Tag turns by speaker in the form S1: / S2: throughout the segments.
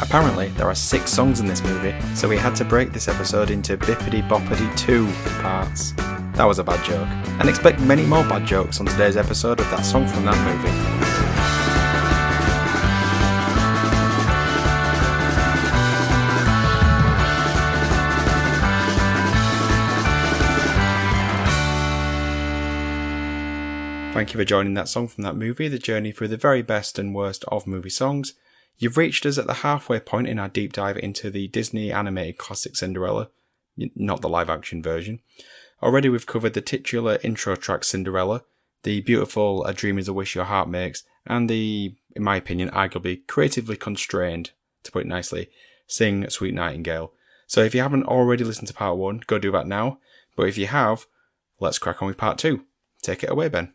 S1: Apparently, there are six songs in this movie, so we had to break this episode into Bippity Boppity 2 parts. That was a bad joke. And expect many more bad jokes on today's episode of that song from that movie. Thank you for joining that song from that movie, the journey through the very best and worst of movie songs. You've reached us at the halfway point in our deep dive into the Disney animated classic Cinderella, n- not the live action version. Already we've covered the titular intro track Cinderella, the beautiful A Dream is a Wish Your Heart Makes, and the, in my opinion, arguably creatively constrained, to put it nicely, Sing Sweet Nightingale. So if you haven't already listened to part one, go do that now. But if you have, let's crack on with part two. Take it away, Ben.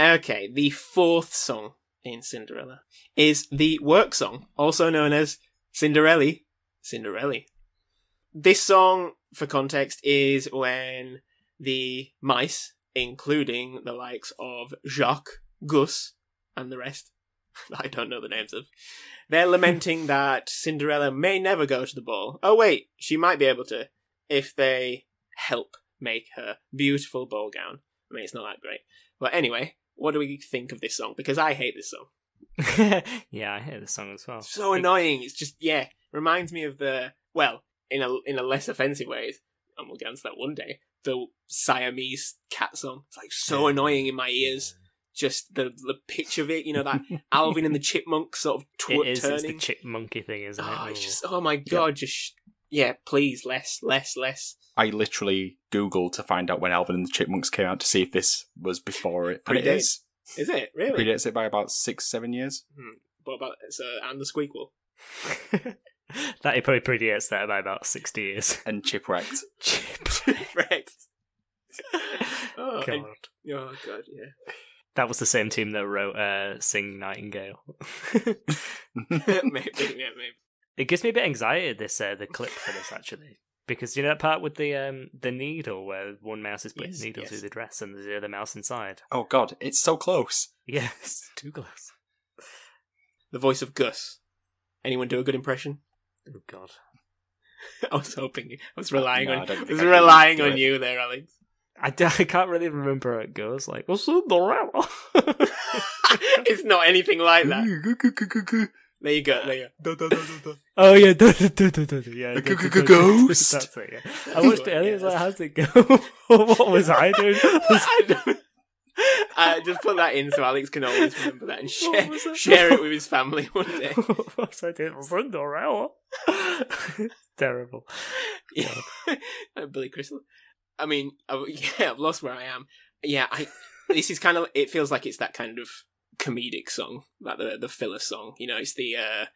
S2: Okay, the fourth song in Cinderella is the work song, also known as Cinderella. Cinderella. This song, for context, is when the mice, including the likes of Jacques, Gus, and the rest, that I don't know the names of, they're lamenting that Cinderella may never go to the ball. Oh, wait, she might be able to if they help make her beautiful ball gown. I mean, it's not that great. But anyway, what do we think of this song? Because I hate this song.
S3: yeah, I hear the song as well.
S2: It's so
S3: It-
S2: annoying. It's just yeah, reminds me of the well, in a in a less offensive way, and we'll get onto that one day. The Siamese cat song. It's like so annoying in my ears. Just the the pitch of it, you know, that Alvin and the Chipmunk sort of tw-
S3: It is. It's the
S2: turning.
S3: chip monkey thing, isn't it?
S2: oh, it's
S3: Ooh.
S2: just oh my god, just just yeah, please less, less, less.
S1: I literally Googled to find out when Alvin and the Chipmunks came out to see if this was before it. And it
S2: Predates.
S1: is.
S2: Is it really?
S1: Predates it by about six, seven years.
S2: What about so and the Squeakquel?
S3: that it probably predates that by about sixty years.
S1: And Chipwrecked.
S3: Chip.
S2: Correct. oh, and-
S3: God.
S2: oh god, yeah.
S3: That was the same team that wrote uh, "Sing Nightingale."
S2: maybe, yeah, maybe.
S3: it gives me a bit anxiety. This uh, the clip for this actually, because you know that part with the um, the needle where one mouse is putting
S2: Yes,
S3: the needle
S2: yes.
S3: through the dress and there's the other mouse inside.
S1: oh, God. It's so close.
S3: Yeah, it's too close.
S2: The voice of Gus. Anyone do a good impression?
S3: Oh God.
S2: I was hoping. I was relying
S1: Uh, No, I
S2: on.
S1: don't
S2: I
S1: think
S2: was
S1: I can
S2: relying
S1: do
S2: on
S1: it.
S2: you there, Alex.
S3: I, d- I can't really remember how it goes. Like, what's up, the
S2: it's not anything like that. There you go. There you go.
S3: Oh yeah, do, do, do, do, do, do, yeah.
S1: A
S3: do, do,
S1: g- g-
S3: do, do,
S1: ghost.
S3: That's it. Yeah. I watched it earlier. I was like, how's it go? what was I doing?
S2: I don't- uh, just put that in so Alex can always remember that and
S3: What
S2: share,
S3: was that?
S2: share it with his family one day.
S3: what was I doing? Was it Dorella? Terrible.
S2: Yeah. Uh, Billy Crystal. I mean, I, yeah, I've lost where I am. Yeah, I. This is kind of. It feels like it's that kind of comedic song, like the the filler song. You know, it's the uh,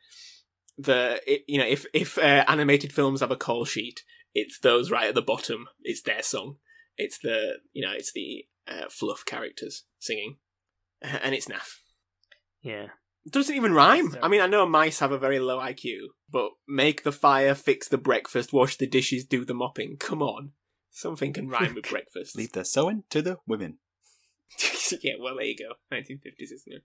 S2: the it, you know if if uh, animated films have a call sheet, it's those right at the bottom. It's their song. It's the you know it's the uh, fluff characters singing, Uh, and it's naff.
S3: Yeah.
S2: It doesn't even rhyme.
S3: So-
S2: I mean, I know mice have a very low IQ, but make the fire, fix the breakfast, wash the dishes, do the mopping. Come on. Something can rhyme with breakfast.
S1: Leave the sewing to the women.
S2: yeah, well, there you go. 1950s, isn't it?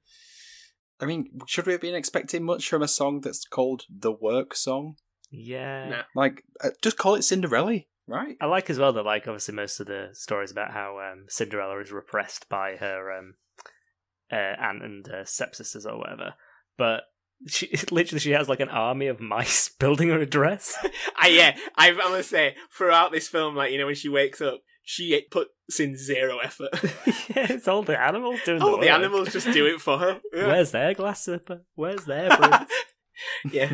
S1: I mean, should we have been expecting much from a song that's called The Work Song?
S3: Yeah.
S2: Nah.
S1: Like, uh, just call it Cinderella, right?
S3: I like as well that like obviously most of the stories about how um, Cinderella is repressed by her um, uh, aunt and uh, stepsisters or whatever, but she literally she has like an army of mice building her a dress.
S2: I, yeah, I, I must say, throughout this film, like, you know, when she wakes up, she puts in zero effort.
S3: yeah, it's all the animals doing the
S2: oh,
S3: work.
S2: the animals just do it for her. Yeah.
S3: Where's their glass slipper? Where's their prince?
S2: yeah.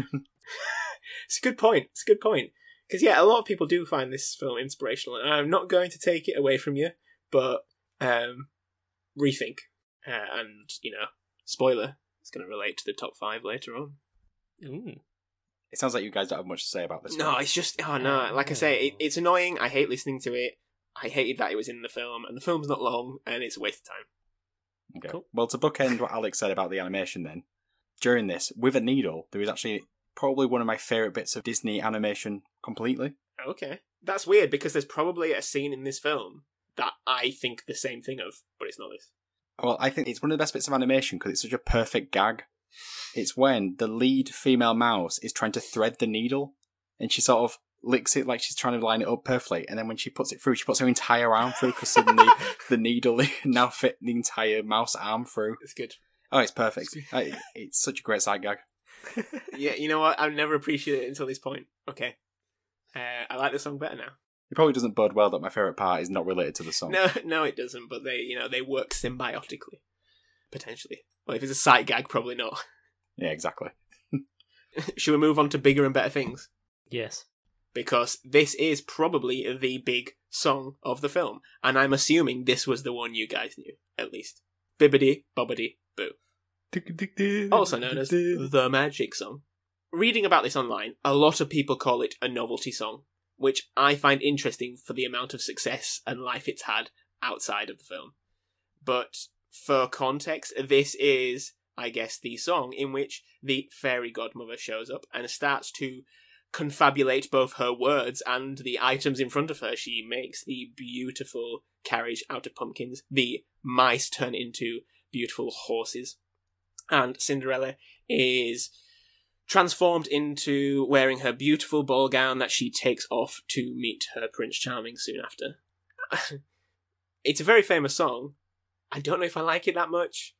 S2: it's a good point. It's a good point. Because, yeah, a lot of people do find this film inspirational, and I'm not going to take it away from you, but um, rethink. Uh, and, you know, spoiler, it's going to relate to the top five later on. Mm.
S3: Ooh.
S1: It sounds like you guys don't have much to say about this.
S2: No,
S1: one.
S2: it's just, oh no, like I say, it, it's annoying. I hate listening to it. I hated that it was in the film, and the film's not long, and it's a waste of time.
S1: Okay.
S3: Cool.
S1: Well, to bookend what Alex said about the animation, then during this with a needle, there was actually probably one of my favorite bits of Disney animation completely.
S2: Okay. That's weird because there's probably a scene in this film that I think the same thing of, but it's not this.
S1: Well, I think it's one of the best bits of animation because it's such a perfect gag. It's when the lead female mouse is trying to thread the needle and she sort of licks it like she's trying to line it up perfectly. And then when she puts it through, she puts her entire arm through because suddenly the needle now fit the entire mouse arm through.
S2: It's good.
S1: Oh, it's perfect. I, it's such a great side gag.
S2: Yeah, you know what? I've never appreciated it until this point. Okay. Uh, I like the song better now.
S1: It probably doesn't bode well that my favourite part is not related to the song.
S2: No, no, it doesn't. But they, you know, they work symbiotically, potentially. Well, if it's a sight gag, probably not.
S1: Yeah, exactly.
S2: Should we move on to bigger and better things?
S3: Yes.
S2: Because this is probably the big song of the film, and I'm assuming this was the one you guys knew at least. Bibbidi bobbidi boo. also known as the magic song. Reading about this online, a lot of people call it a novelty song, which I find interesting for the amount of success and life it's had outside of the film. But for context, this is, I guess, the song in which the fairy godmother shows up and starts to confabulate both her words and the items in front of her. She makes the beautiful carriage out of pumpkins, the mice turn into beautiful horses and Cinderella is transformed into wearing her beautiful ball gown that she takes off to meet her Prince Charming soon after. it's a very famous song. I don't know if I like it that much.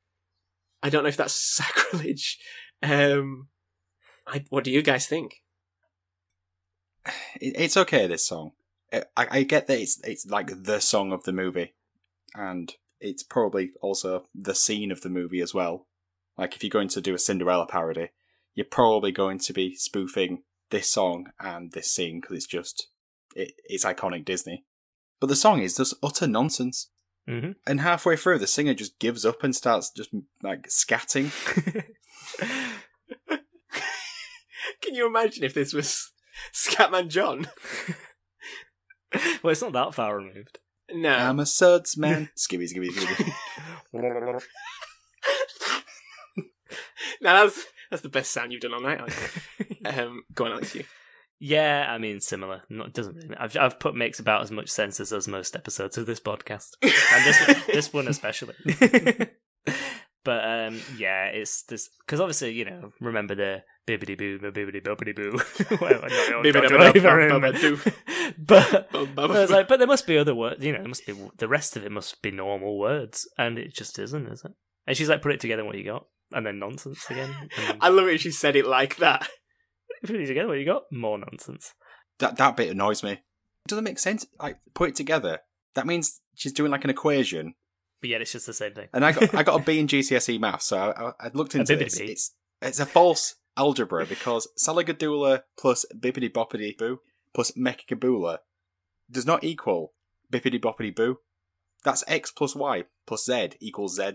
S2: I don't know if that's sacrilege. Um, I, what do you guys think?
S1: It, it's okay. This song, I, I I get that it's it's like the song of the movie, and it's probably also the scene of the movie as well. Like if you're going to do a Cinderella parody, you're probably going to be spoofing this song and this scene because it's just it, it's iconic Disney. But the song is just utter nonsense.
S3: Mm-hmm.
S1: And halfway through, the singer just gives up and starts just like scatting.
S2: Can you imagine if this was Scatman John?
S3: Well, it's not that far removed.
S2: No.
S1: I'm a suds man. skibby, skibby, skibby.
S2: now that's that's the best sound you've done all night. Alex. um, go on, Alex. You.
S3: yeah, I mean, similar. Not doesn't really. I've I've put makes about as much sense as does most episodes of this podcast, and this this one especially. but um, yeah, it's this because obviously you know remember the bibbidi boo bibbidi bobbidi boo. Well, I don't know, don't- don't even remember. But I was like, but there must be other words. You know, there must be the rest of it must be normal words, and it just isn't, is it? And she's like, put it together, what you got, and then nonsense again. and-
S2: I love it. if She said it like that.
S3: put it together, what you got? More nonsense.
S1: That that bit annoys me. It doesn't make sense. Like put it together. That means she's doing like an equation.
S3: But yet, it's just the same thing.
S1: And I got I got a B in GCSE maths, E so I, I, I looked into
S3: bibbidi
S1: this.
S3: bee.
S1: It's it's a false algebra because Salagadoola plus bippity boppity boo plus Mechagaboola does not equal bippity boppity boo. That's x plus y plus z equals z.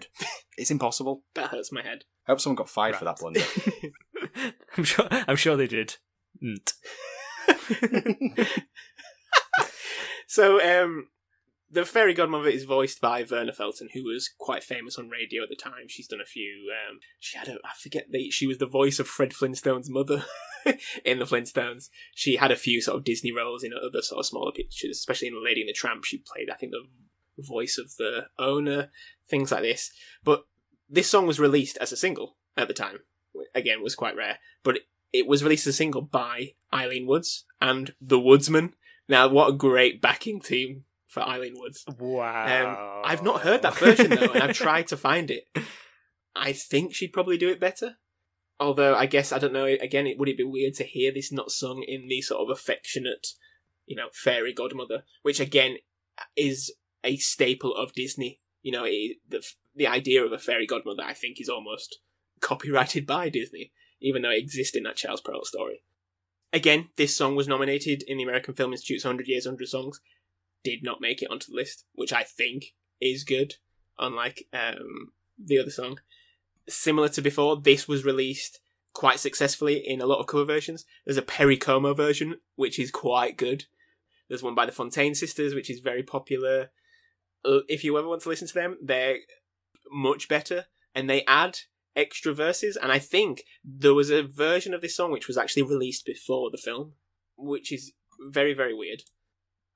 S1: It's impossible.
S2: That hurts my head.
S1: I hope someone got fired for
S3: Right.
S1: that blunder.
S3: I'm sure. I'm sure they did. Nt.
S2: So, um, the fairy godmother is voiced by Verna Felton, who was quite famous on radio at the time. She's done a few. Um, she had a, I forget the, she was the voice of Fred Flintstone's mother in the Flintstones. She had a few sort of Disney roles in other sort of smaller pictures, especially in Lady and the Tramp. She played, I think, the voice of the owner, things like this. But this song was released as a single at the time. Again, was quite rare, but it, it was released as a single by Eileen Woods and The Woodsman. Now, what a great backing team for Eileen Woods.
S3: Wow.
S2: Um, I've not heard that version though, and I've tried to find it. I think she'd probably do it better. Although I guess I don't know. Again, it would it be weird to hear this not sung in the sort of affectionate, you know, fairy godmother, which again is a staple of Disney. You know, it, the the idea of a fairy godmother, I think, is almost copyrighted by Disney, even though it exists in that Charles Perrault story. Again, this song was nominated in the American Film Institute's 100 Years, 100 Songs. Did not make it onto the list, which I think is good, unlike um, the other song. Similar to before, this was released quite successfully in a lot of cover versions. There's a Perry Como version, which is quite good. There's one by the Fontaine Sisters, which is very popular. Uh, If you ever want to listen to them, they're much better, and they add extra verses. And I think there was a version of this song which was actually released before the film, which is very, very weird.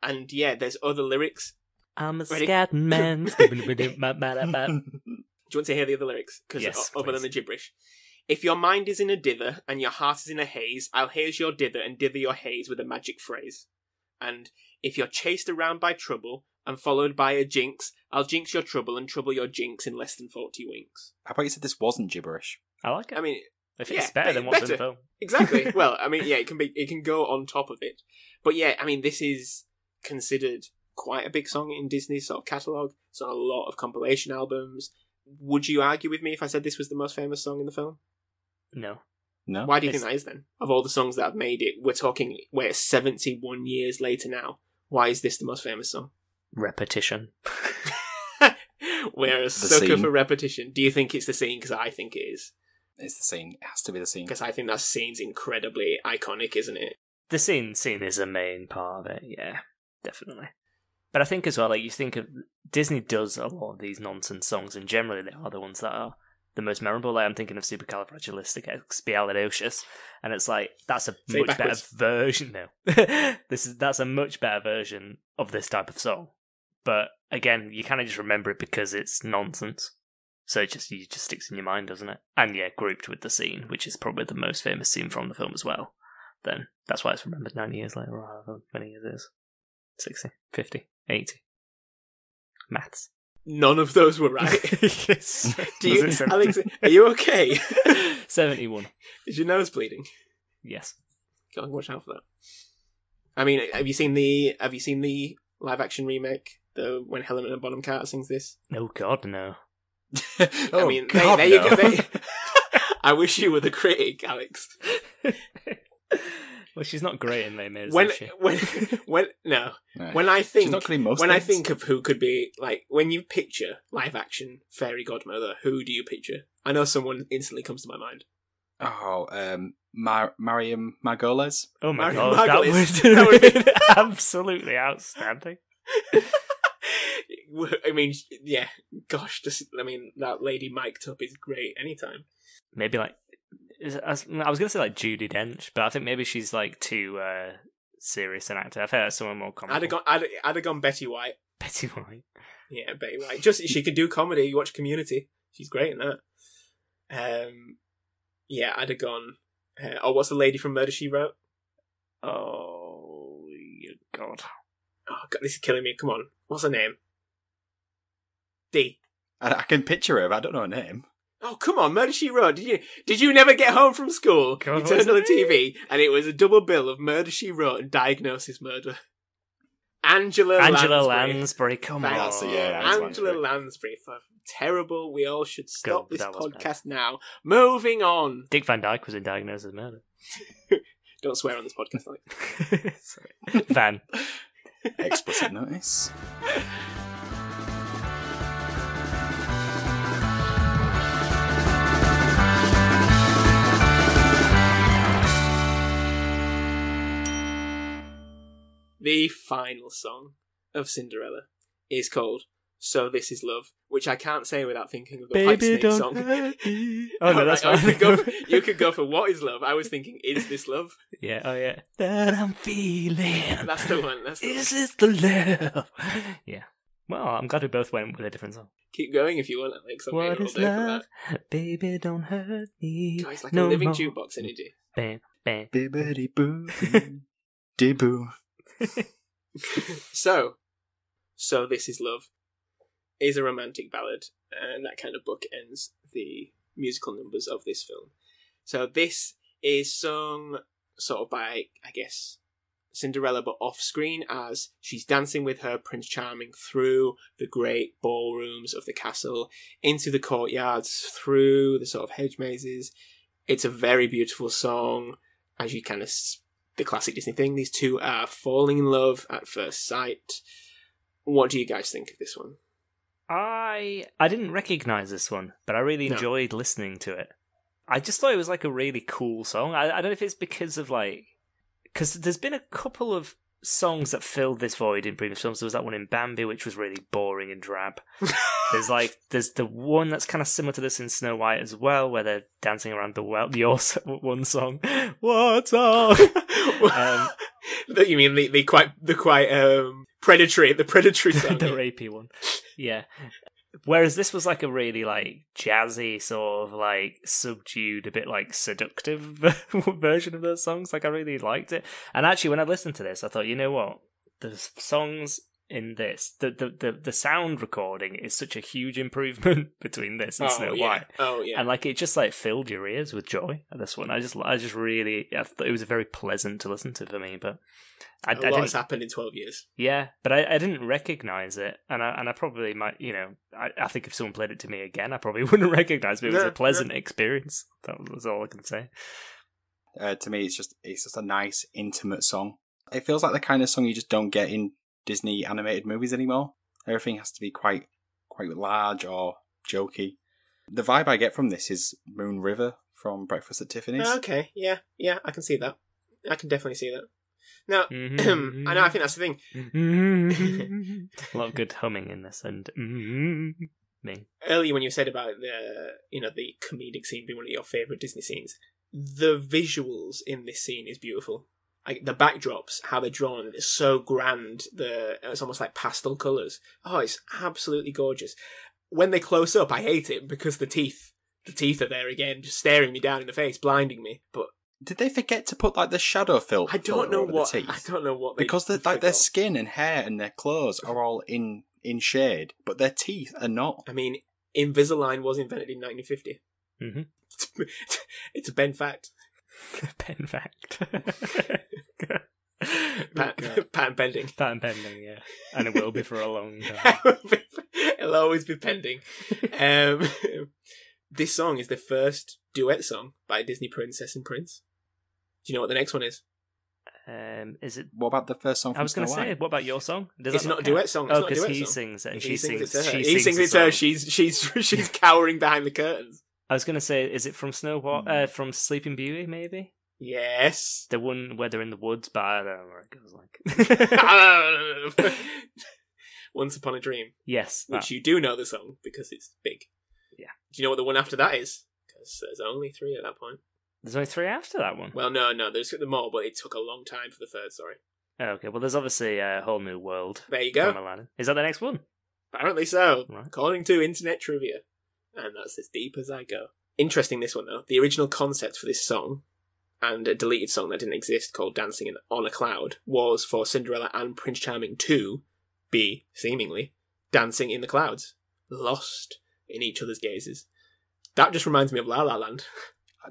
S2: And yeah, there's other lyrics
S3: I'm a
S2: Ready?
S3: scat man. Skibbidi-bidi, ma- ma- da- ma.
S2: Do you want to hear the other lyrics? Because
S3: Yes,
S2: other
S3: please.
S2: than the gibberish, If your mind is in a dither and your heart is in a haze, I'll haze your dither and dither your haze with a magic phrase. And if you're chased around by trouble and followed by a jinx, I'll jinx your trouble and trouble your jinx in less than 40 winks.
S1: How about you said this wasn't gibberish?
S3: I like it.
S2: I mean,
S3: if
S2: yeah,
S3: it's better than
S2: be-
S3: what's
S2: better.
S3: in film.
S2: exactly. well, I mean, yeah, it can be, it can go on top of it. But yeah, I mean, this is considered quite a big song in Disney's sort of catalog. It's on a lot of compilation albums. Would you argue with me if I said this was the most famous song in the film?
S3: No.
S1: No.
S2: Why do you
S3: It's-
S2: think that is then? Of all the songs that have made it, we're talking we're 71 years later now. Why is this the most famous song?
S3: Repetition.
S2: we're a
S1: The
S2: sucker
S1: scene.
S2: for repetition. Do you think it's the scene? Because I think it is.
S1: It's the scene. It has to be the scene.
S2: Because I think that scene's incredibly iconic, isn't it?
S3: the scene scene is a main part of it yeah definitely but i think as well like you think of disney does a lot of these nonsense songs and generally they are the ones that are the most memorable like i'm thinking of supercalifragilisticexpialidocious and it's like that's a
S2: Say it
S3: much
S2: backwards.
S3: better version now this is that's a much better version of this type of song but again you kind of just remember it because it's nonsense so it just it just sticks in your mind doesn't it and yeah grouped with the scene which is probably the most famous scene from the film as well then that's why it's remembered 90 years later or however many years it is 60 50 80 maths
S2: None of those were right.
S3: yes
S2: Do you,
S3: Was it
S2: Alex, are you okay?
S3: 71
S2: is your nose bleeding?
S3: yes
S2: Go and watch out for that. I mean, have you seen the have you seen the live action remake? The when Helen and Bonham Carter sings this.
S3: oh god no
S2: I mean, they-
S1: Oh, God,
S2: there you
S1: no.
S2: go. They, I wish you were the critic, Alex.
S3: well she's not great in Les Mis
S2: when
S3: is she?
S2: when when no
S1: No.
S2: when I
S1: She's
S2: think
S1: not clean most
S2: when I
S1: things.
S2: think of who could be like when you picture live action fairy godmother, who do you picture? I know someone instantly comes to my mind.
S1: Oh, um, Mar- Mariam Margoles.
S3: oh my
S2: Mary
S3: god
S2: Margolis.
S3: that would
S2: That
S3: have
S2: would
S3: been absolutely outstanding
S2: I mean, yeah, gosh, just I mean that lady mic'd up is great anytime.
S3: maybe like is- I was I was gonna say like Judy Dench but I think maybe she's like too uh, serious an actor I've heard someone more comical
S2: I'd have gone, I'd, I'd have gone Betty White.
S3: Betty White
S2: Yeah, Betty White. Just she could do comedy. You watch Community, she's great in that. Um, yeah, I'd have gone. Uh, oh, what's the lady from Murder She Wrote?
S3: oh you god
S2: Oh God, this is killing me. Come on, what's her name? D.
S1: I, I can picture her, but I don't know her name.
S2: Oh come on, Murder She Wrote. Did you did you never get home from school?
S3: God,
S2: you turned
S3: what's
S2: on the
S3: it?
S2: TV and it was a double bill of Murder She Wrote and Diagnosis Murder. Angela
S3: Angela
S2: Lansbury.
S3: Lansbury, come
S2: Thank-
S3: on.
S1: That's it, yeah, that's
S2: Angela
S1: Lansbury.
S2: Lansbury for terrible. We all should stop
S3: God,
S2: this
S3: that was bad.
S2: podcast now. Moving on.
S3: Dick Van Dyke was in Diagnosed as Murder.
S2: Don't swear on this podcast. Alex.
S3: Sorry. Van.
S1: Explicit notice.
S2: The final song of Cinderella is called "So This Is Love," which I can't say without thinking of the White Snake song.
S3: Oh no, that's
S2: Alright, oh,
S3: fine.
S2: you, could go for, you could go for "What Is Love." I was thinking, "Is this love?"
S3: Yeah, oh yeah. That I'm feeling.
S2: That's the one. That's the one.
S3: Is this the love? Yeah. Well, I'm glad we both went with a different song.
S2: Keep going if you want, Alex. I'm
S3: what
S2: here all
S3: is
S2: day for that.
S3: love? Baby, don't hurt me.
S2: God, it's like
S3: no
S2: a living
S3: more.
S2: jukebox energy.
S3: Bam, bam.
S1: Bibbidi boo, dee boo.
S2: So, so this is love is a romantic ballad, and that kind of book ends the musical numbers of this film. So this is sung sort of by, I guess, Cinderella, but off screen as she's dancing with her Prince Charming through the great ballrooms of the castle, into the courtyards, through the sort of hedge mazes. It's a very beautiful song, as you kind of the classic Disney thing. These two are falling in love at first sight. What do you guys think of this one?
S3: I I didn't recognize this one, but I really
S2: No.
S3: enjoyed listening to it. I just thought it was like a really cool song. I, I don't know if it's because of like because there's been a couple of songs that filled this void in previous films. There was that one in Bambi, which was really boring and drab. there's like there's the one that's kind of similar to this in Snow White as well, where they're dancing around the well. Your s- one song, what song? Um,
S2: That you mean the, the quite the quite um, predatory the predatory song?
S3: the rapey one. Yeah. Whereas this was like a really like jazzy sort of like subdued, a bit like seductive version of those songs. Like I really liked it. And actually, when I listened to this, I thought, you know what, the songs in this, the the the, the sound recording is such a huge improvement between this and Snow
S2: yeah.
S3: White.
S2: Oh yeah.
S3: And like it just like filled your ears with joy at this one. I just I just really I thought it was very pleasant to listen to for me. But I,
S2: A
S3: I
S2: lot
S3: didn't
S2: has happened in twelve years.
S3: yeah, but I, I didn't recognize it, and I and I probably might, you know, I, I think if someone played it to me again, I probably wouldn't recognize. But it was
S2: Yeah,
S3: a pleasant experience. That was all I can say.
S1: Uh, to me, it's just it's just a nice, intimate song. It feels like the kind of song you just don't get in Disney animated movies anymore. Everything has to be quite quite large or jokey. The vibe I get from this is Moon River from Breakfast at Tiffany's.
S2: Oh, Okay, yeah, yeah, I can see that. I can definitely see that. Now,
S3: Mhm.
S2: I know. I think that's the thing.
S3: Mhm. a lot of good humming in this, and mhm.
S2: Earlier, when you said about the, you know, the comedic scene being one of your favorite Disney scenes, the visuals in this scene is beautiful. Like the backdrops, how they're drawn, it's so grand. The it's almost like pastel colors. Oh, it's absolutely gorgeous. When they close up, I hate it because the teeth, the teeth are there again, just staring me down in the face, blinding me. But
S1: Did they forget to put like the shadow fil- filter?
S2: I don't know
S1: over
S2: what
S1: the teeth?
S2: I don't know what they
S1: because the, like their
S2: forgot.
S1: skin and hair and their clothes are all in in shade, but their teeth are not.
S2: I mean, Invisalign was invented in 1950.
S3: Mhm.
S1: Mm-hmm.
S2: it's a Ben fact.
S3: pen fact,
S2: Pat,
S3: patent
S2: patent pending.
S3: pending, yeah, and it will be for a long time.
S2: It'll always be pending. um, this song is the first duet song by Disney Princess and Prince. Do you know what the next one is?
S3: Um, is it?
S1: What about the first song? From
S3: I was going to
S1: Snow
S3: say,
S1: White?
S3: what about your song? Does
S2: It's
S3: that
S2: not a
S3: count?
S2: duet song. It's
S3: Oh,
S2: not a
S3: because
S2: duet
S3: he
S2: song.
S3: sings it.
S2: He
S3: and She
S2: sings it
S3: sings.
S2: to her.
S3: She
S2: he sings it
S3: a
S2: to her.
S3: song.
S2: She's she's she's cowering behind the curtains.
S3: I was gonna say, is it from Snow Wa- uh,
S2: Hmm.
S3: from Sleeping Beauty? Maybe
S2: Yes.
S3: the one where they're in the woods, but I don't know where it goes. Like,
S2: Once upon a dream.
S3: yes,
S2: which
S3: that.
S2: you do know the song because it's big.
S3: Yeah.
S2: Do you know what the one after that is? Because there's only three at that point.
S3: there's only three after that one.
S2: Well, no, no, there's the more, but it took a long time for the third. Sorry.
S3: Oh, okay, well, there's obviously a whole new world
S2: There you
S3: from
S2: go.
S3: Aladdin. Is that the next one?
S2: Apparently so,
S3: Right.
S2: according to internet trivia, and that's as deep as I go. Interesting, this one though. The original concept for this song and a deleted song that didn't exist called "Dancing in- on a Cloud" was for Cinderella and Prince Charming to be seemingly dancing in the clouds, lost in each other's gazes. That just reminds me of La La Land.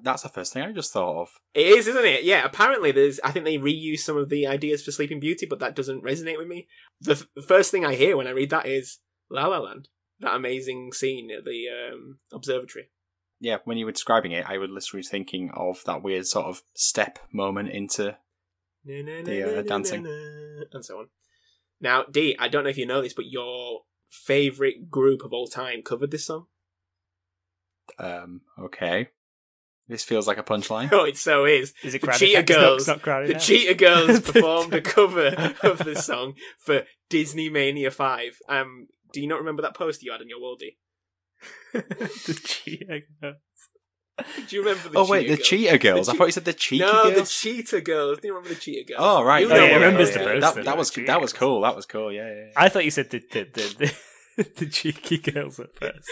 S1: That's the first thing I just thought of.
S2: It is, isn't it? Yeah. Apparently, there's. I think they reuse some of the ideas for Sleeping Beauty, but that doesn't resonate with me. The, f- the first thing I hear when I read that is La La Land. That amazing scene at the um, observatory.
S1: Yeah, when you were describing it, I was literally thinking of that weird sort of step moment into. The, uh, dancing.
S2: and so on. Now, D, I don't know if you know this, but your favorite group of all time covered this song.
S1: Um, okay, this feels like a punchline.
S2: Oh, it so is.
S3: Is it
S2: The
S3: Crowded
S2: Cheetah
S3: Cat? 'Cause no,
S2: Girls.
S3: it's not Crowded
S2: The
S3: Cat.
S2: Cheetah Girls performed a cover of the song for Disney Mania Five. Um, do you not remember that poster you had on your wall, D?
S3: the Cheetah Girls.
S2: Do you remember the
S1: oh wait,
S2: Cheetah
S1: the
S2: Girls?
S1: cheetah girls.
S2: The
S1: I thought you said the cheeky
S2: No, the
S1: girls.
S2: Cheetah Girls. Do you remember the Cheetah Girls?
S1: oh right,
S2: You
S1: yeah,
S2: know
S1: yeah,
S2: what
S1: yeah,
S2: I'm
S3: remembers
S2: talking
S1: yeah.
S3: the
S1: That,
S2: about.
S3: poster,
S1: that was
S3: the
S1: that was
S3: cheetah
S1: cool. That was cool. Yeah, yeah. yeah.
S3: I thought you said the the the, the, the cheeky girls at first.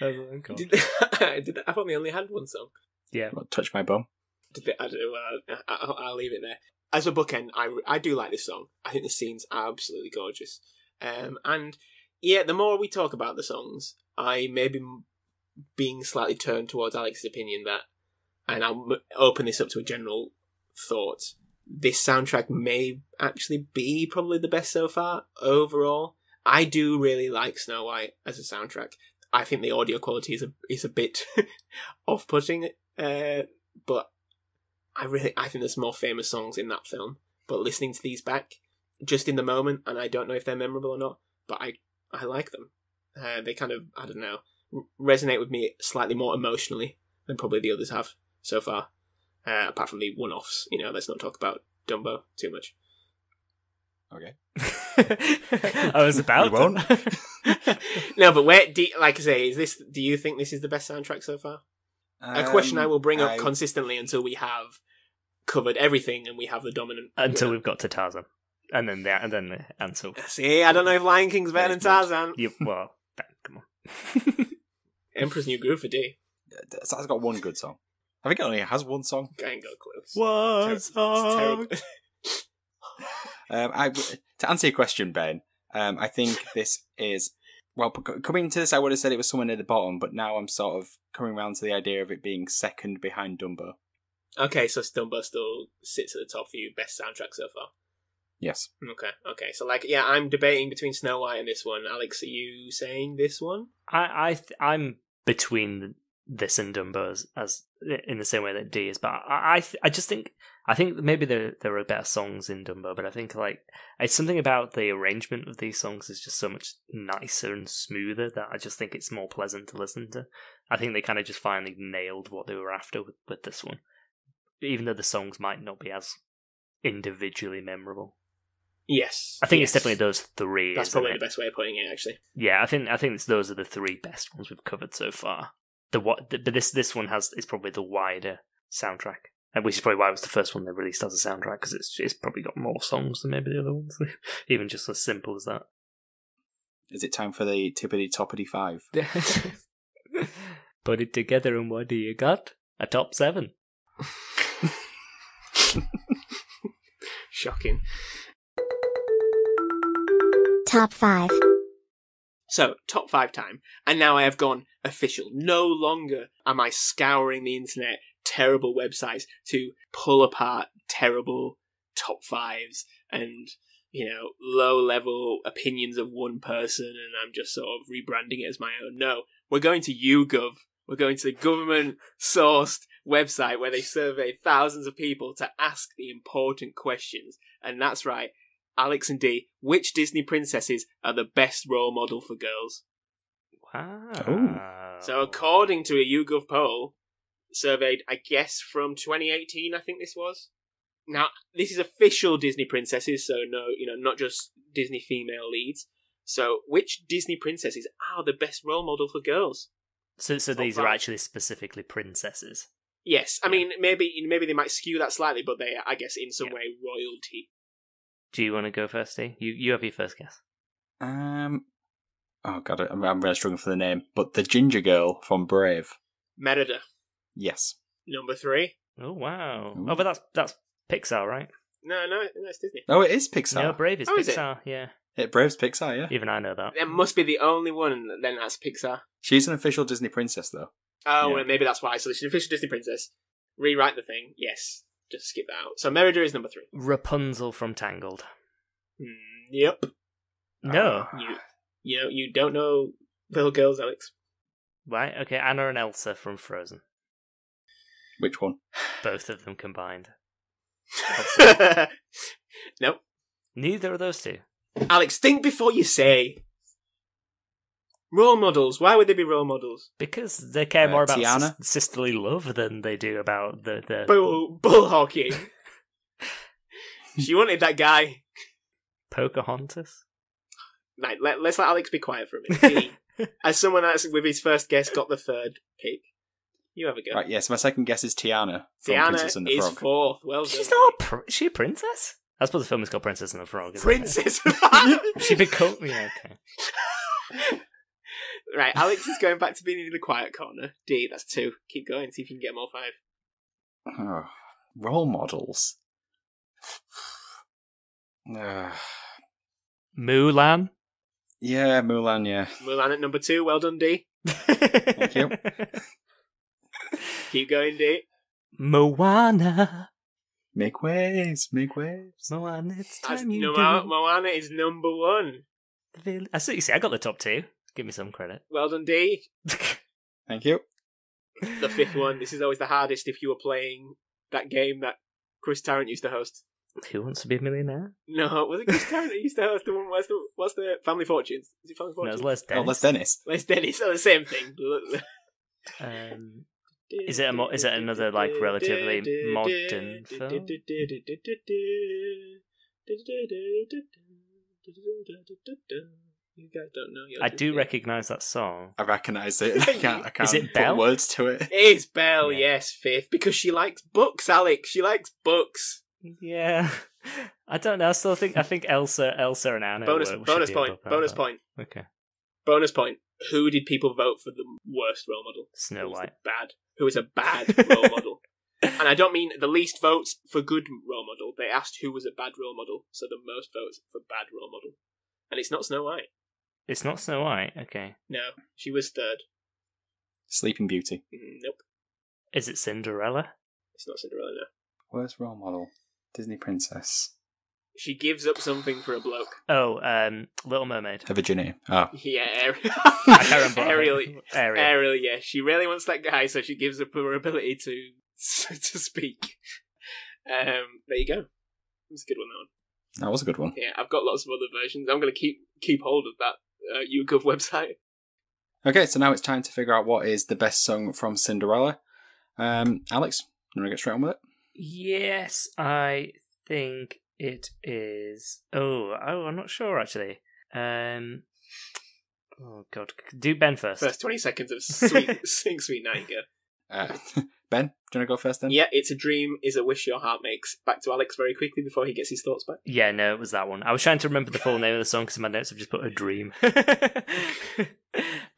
S3: That's what I'm called.
S2: Did they, did they, I've only only had one song.
S3: yeah,
S1: Touch my bum.
S2: Did they, I don't know, I, I, I'll leave it there. As a bookend, I, I do like this song. I think the scene's absolutely gorgeous. Um, and yeah, the more we talk about the songs, I may be m- being slightly turned towards Alex's opinion that, and I'll m- open this up to a general thought. This soundtrack may actually be probably the best so far overall. I do really like Snow White as a soundtrack. I think the audio quality is a is a bit off putting, uh, but I really I think there's more famous songs in that film. But listening to these back, just in the moment, and I don't know if they're memorable or not, but I I like them. Uh, they kind of I don't know r- resonate with me slightly more emotionally than probably the others have so far. Uh, apart from the one-offs, you know, let's not talk about Dumbo too much.
S1: Okay.
S3: I was about.
S1: We
S3: to-
S1: won't.
S2: no, but where do you- like I say, is this? Do you think this is the best soundtrack so far? a question I will bring up
S1: Um, I-
S2: consistently until we have covered everything and we have the dominant.
S3: until we've got to Tarzan, and then that, and then the answer.
S2: see, I don't know if Lion King's better than
S1: There's more.
S2: Tarzan.
S3: You, well, Ben, come on.
S2: Emperor's New Groove for D.
S1: So that's got one good song. I think it only has one song.
S2: I ain't got clues.
S3: One
S2: It's terrible.
S3: song.
S1: Um, I to answer your question, Ben, um, I think this is well p- coming to this. I would have said it was somewhere near the bottom, but now I'm sort of coming around to the idea of it being second behind Dumbo.
S2: Okay, so Stumbo still sits at the top for you. Best soundtrack so far.
S1: Yes,
S2: Okay, okay. So, like, yeah, I'm debating between Snow White and this one. Alex, are you saying this one?
S3: I, I th- I'm between this and Dumbo as, as in the same way that D is, but I I, th- I just think I think maybe there there are better songs in Dumbo, but I think like it's something about the arrangement of these songs is just so much nicer and smoother that I just think it's more pleasant to listen to. I think they kind of just finally nailed what they were after with, with this one, even though the songs might not be as individually memorable.
S2: Yes.
S3: I think
S2: yes.
S3: it's definitely those three.
S2: That's
S3: isn't
S2: probably
S3: it?
S2: the best way of putting it, actually.
S3: Yeah, I think I think it's, those are the three best ones we've covered so far. The what, but this this one has is probably the wider soundtrack, and which is probably why it was the first one they released as a soundtrack because it's it's probably got more songs than maybe the other ones, even just as simple as that.
S1: is it time for the tippity toppity five?
S3: Put it together, and what do you got? A top seven.
S2: Shocking.
S4: Top 5.
S2: So, top five time. And now I have gone official. No longer am I scouring the internet, terrible websites, to pull apart terrible top fives and, you know, low level opinions of one person and I'm just sort of rebranding it as my own. No, we're going to YouGov. We're going to the government sourced website where they survey thousands of people to ask the important questions. And that's right. Alex and D, which Disney princesses are the best role model for girls?
S3: Wow.
S2: So, according to a YouGov poll surveyed, I guess, from 2018, I think this was. Now, this is official Disney princesses, so no, you know, not just Disney female leads. So, which Disney princesses are the best role model for girls?
S3: so so
S2: Top
S3: these are
S2: five.
S3: actually specifically princesses.
S2: Yes, I
S3: Yeah.
S2: mean, maybe maybe they might skew that slightly, but they, are, I guess, in some
S3: Yeah.
S2: way, royalty.
S3: Do you want to go first, D? You you have your first guess.
S1: Um, oh god, I'm, I'm really struggling for the name, but the ginger girl from Brave.
S2: Merida,
S1: Yes,
S2: number three.
S3: Oh wow!
S1: Ooh.
S3: Oh, but that's that's Pixar, right?
S2: No, no, no, it's Disney.
S1: oh, it is Pixar.
S3: No, Brave is
S2: Oh, is it?
S3: Pixar. Yeah,
S1: It Brave's Pixar. Yeah,
S3: even I know that.
S2: There must be the only one. Then that's Pixar.
S1: she's an official Disney princess though.
S2: Oh,
S1: Yeah.
S2: well, maybe that's why. So she's an official Disney princess. Rewrite the thing. Yes. Just skip that out. So Merida is number three.
S3: Rapunzel from Tangled.
S2: Hmm, yep.
S3: No,
S1: Ah.
S2: You, you know, you don't know little girls, Alex.
S3: right? Okay, Anna and Elsa from Frozen.
S1: Which one?
S3: Both of them combined.
S2: no.
S3: Neither of those two.
S2: Alex, think before you say. Role models. Why would they be role models?
S3: Because they care
S1: Uh,
S3: more about
S1: Tiana?
S3: sis- sisterly love than they do about the, the
S2: Bull, bull hockey. she wanted that guy.
S3: Pocahontas.
S2: Like, let, let's let Alex be quiet for a minute. He, as someone else with his first guess got the third pick, you have a go.
S1: Right. Yes, my second guess is Tiana from Princess and
S2: Tiana
S1: the
S2: is
S1: Frog.
S2: fourth. Well done.
S3: She's not. A pr- is she a princess? I suppose the film is called Princess and the Frog. isn't it?
S2: Princess.
S3: She become. Yeah, okay.
S2: right, Alex is going back to being in the quiet corner. D, that's two. Keep going, see if you can get more five.
S1: Oh, role models. Ah,
S3: Mulan.
S1: yeah, Mulan. Yeah,
S2: Mulan at number two. Well done, D.
S3: Thank
S1: you.
S2: Keep going, D.
S3: Moana.
S1: make waves, make waves.
S3: Moana, it's
S2: That's,
S3: time you
S2: no,
S3: do
S2: Mo-
S3: it.
S2: Moana is number one.
S3: The vill- I see. You see, I got the top two. Give me some credit.
S2: Well done, D.
S1: Thank you. Oh,
S2: The fifth one. This is always the hardest if you were playing that game that Chris Tarrant used to host.
S3: Who wants to be a millionaire?
S2: No, was it Chris Tarrant that used to host the one? What's the, what's the Family Fortunes? Is it Family
S3: No, it's
S2: Fortunes?
S3: Les
S1: Oh,
S3: Dennis.
S1: that's Dennis.
S2: Les Dennis. Oh, the same thing.
S3: Um, Is it a mo- is it another, like, relatively modern film?
S2: You guys don't know. you're
S3: I
S2: just
S3: do
S2: here.
S3: recognise that song.
S1: I recognise it. I can't. I can't
S3: Is it
S1: put
S3: Belle?
S1: words to it.
S2: It is Belle,
S3: Yeah.
S2: yes, fifth, because she likes books, Alex. She likes books.
S3: Yeah. I don't know. I still think I think Elsa, Elsa and Anna.
S2: bonus,
S3: were- should
S2: bonus
S3: be
S2: point.
S3: above that,
S2: Bonus
S3: but-
S2: point.
S3: Okay.
S2: Bonus point. who did people vote for the worst role model?
S3: Snow
S2: Who's the
S3: White.
S2: bad. Who is a bad role model? And I don't mean the least votes for good role model. They asked who was a bad role model, so the most votes for bad role model. And it's not Snow White.
S3: It's not Snow White. Okay.
S2: No, she was third.
S1: Sleeping Beauty.
S2: Mm, Nope,
S3: Is it Cinderella?
S2: it's not Cinderella. No,
S1: Worst role model. Disney princess.
S2: she gives up something for a bloke.
S3: Oh, um, Little Mermaid.
S1: The Virginia. Ah,
S2: Yeah, Ariel.
S3: I can't remember.
S2: Ariel.
S3: Ariel.
S2: Ariel, yeah, she really wants that guy, so she gives up her ability to to speak. Um, there you go. It's a good one. That one.
S1: that was a good one.
S2: Yeah, I've got lots of other versions. I'm going to keep keep hold of that uh, YouGov website.
S1: Okay, so now it's time to figure out what is the best song from Cinderella. Um, Alex, you want to get straight on with it?
S3: Yes, I think it is. Oh, oh, I'm not sure actually. Um, oh God, do Ben first.
S2: First 20 seconds of sweet, sing sweet nightingale.
S1: Uh, ben, do you want to go first then?
S2: Yeah, it's a dream is a wish your heart makes. Back to Alex very quickly before he gets his thoughts back.
S3: Yeah, no, it was that one. I was trying to remember the full name of the song because in my notes I've just put a dream. but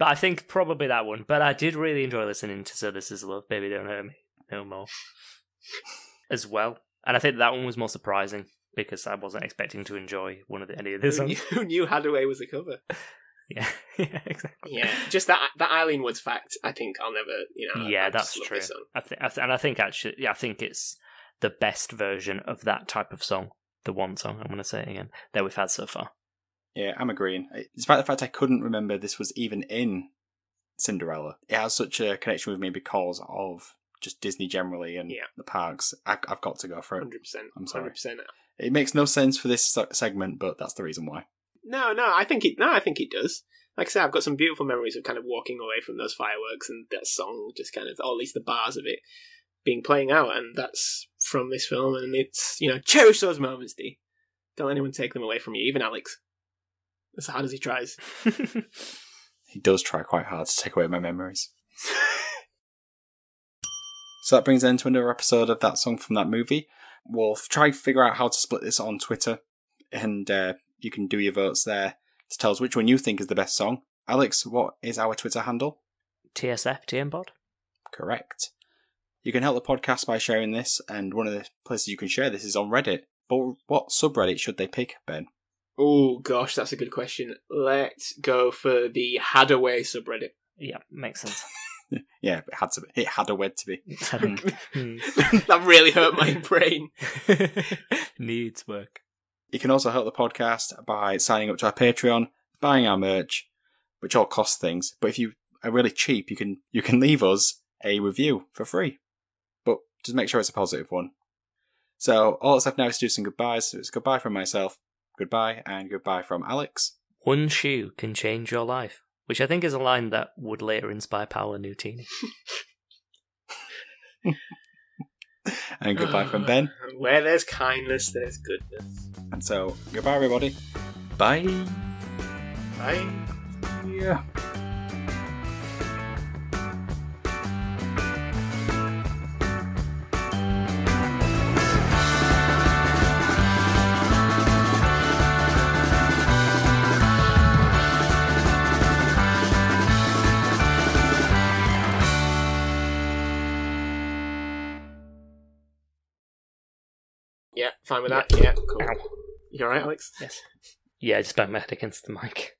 S3: I think probably that one. But I did really enjoy listening to So This Is Love, Baby Don't Hurt Me No More as well. And I think that one was more surprising because I wasn't expecting to enjoy one of the, any of the
S2: Who knew,
S3: songs.
S2: who knew Hadaway was a cover?
S3: Yeah, yeah, exactly.
S2: Yeah, just that that Eileen Woods fact. I think I'll never, you know. I-
S3: yeah,
S2: I just
S3: that's
S2: love
S3: true.
S2: this song.
S3: I think, I th- and I think actually, yeah, I think it's the best version of that type of song. The one song I'm going to say it again that we've had so far.
S1: Yeah, I'm agreeing. Despite the fact I couldn't remember this was even in Cinderella, it has such a connection with me because of just Disney generally and
S2: Yeah.
S1: the parks. I, I've got to go for it.
S2: 100%.
S1: I'm sorry.
S2: 100%.
S1: It makes no sense for this se- segment, but that's the reason why.
S2: No, no, I think it. No, I think it does. Like I said, I've got some beautiful memories of kind of walking away from those fireworks and that song, just kind of, or at least the bars of it, being playing out, and that's from this film. And it's you know, cherish those moments, D. Don't let anyone take them away from you, even Alex. As hard as he tries.
S1: He does try quite hard to take away my memories. So that brings an end to another episode of that song from that movie. We'll f- try and figure out how to split this on Twitter, and uh, you can do your votes there to tell us which one you think is the best song. Alex, what is our Twitter handle?
S3: TSF TM Bod.
S1: Correct. You can help the podcast by sharing this, and one of the places you can share this is on Reddit. But what subreddit should they pick, Ben?
S2: Oh gosh, that's a good question. Let's go for the Hadaway subreddit.
S3: Yeah, makes sense.
S1: Yeah, it had to be. It had a wed to be.
S3: Hmm. Hmm.
S2: that really hurt my brain.
S3: Needs work.
S1: You can also help the podcast by signing up to our Patreon, buying our merch, which all costs things. But if you are really cheap, you can you can leave us a review for free. But just make sure it's a positive one. So all that's left now is to do some goodbyes. So it's goodbye from myself, goodbye, and goodbye from Alex.
S3: One shoe can change your life, which I think is a line that would later inspire Paolo Nutini.
S1: And goodbye from Ben.
S2: Where there's kindness, there's goodness.
S1: And so goodbye everybody. Bye.
S2: Bye.
S1: Yeah.
S2: Yeah, fine with that.
S3: Yeah.
S2: Yeah, cool.
S3: Ow.
S2: You alright, Alex?
S3: Yes. Yeah, I just banged my head against the mic.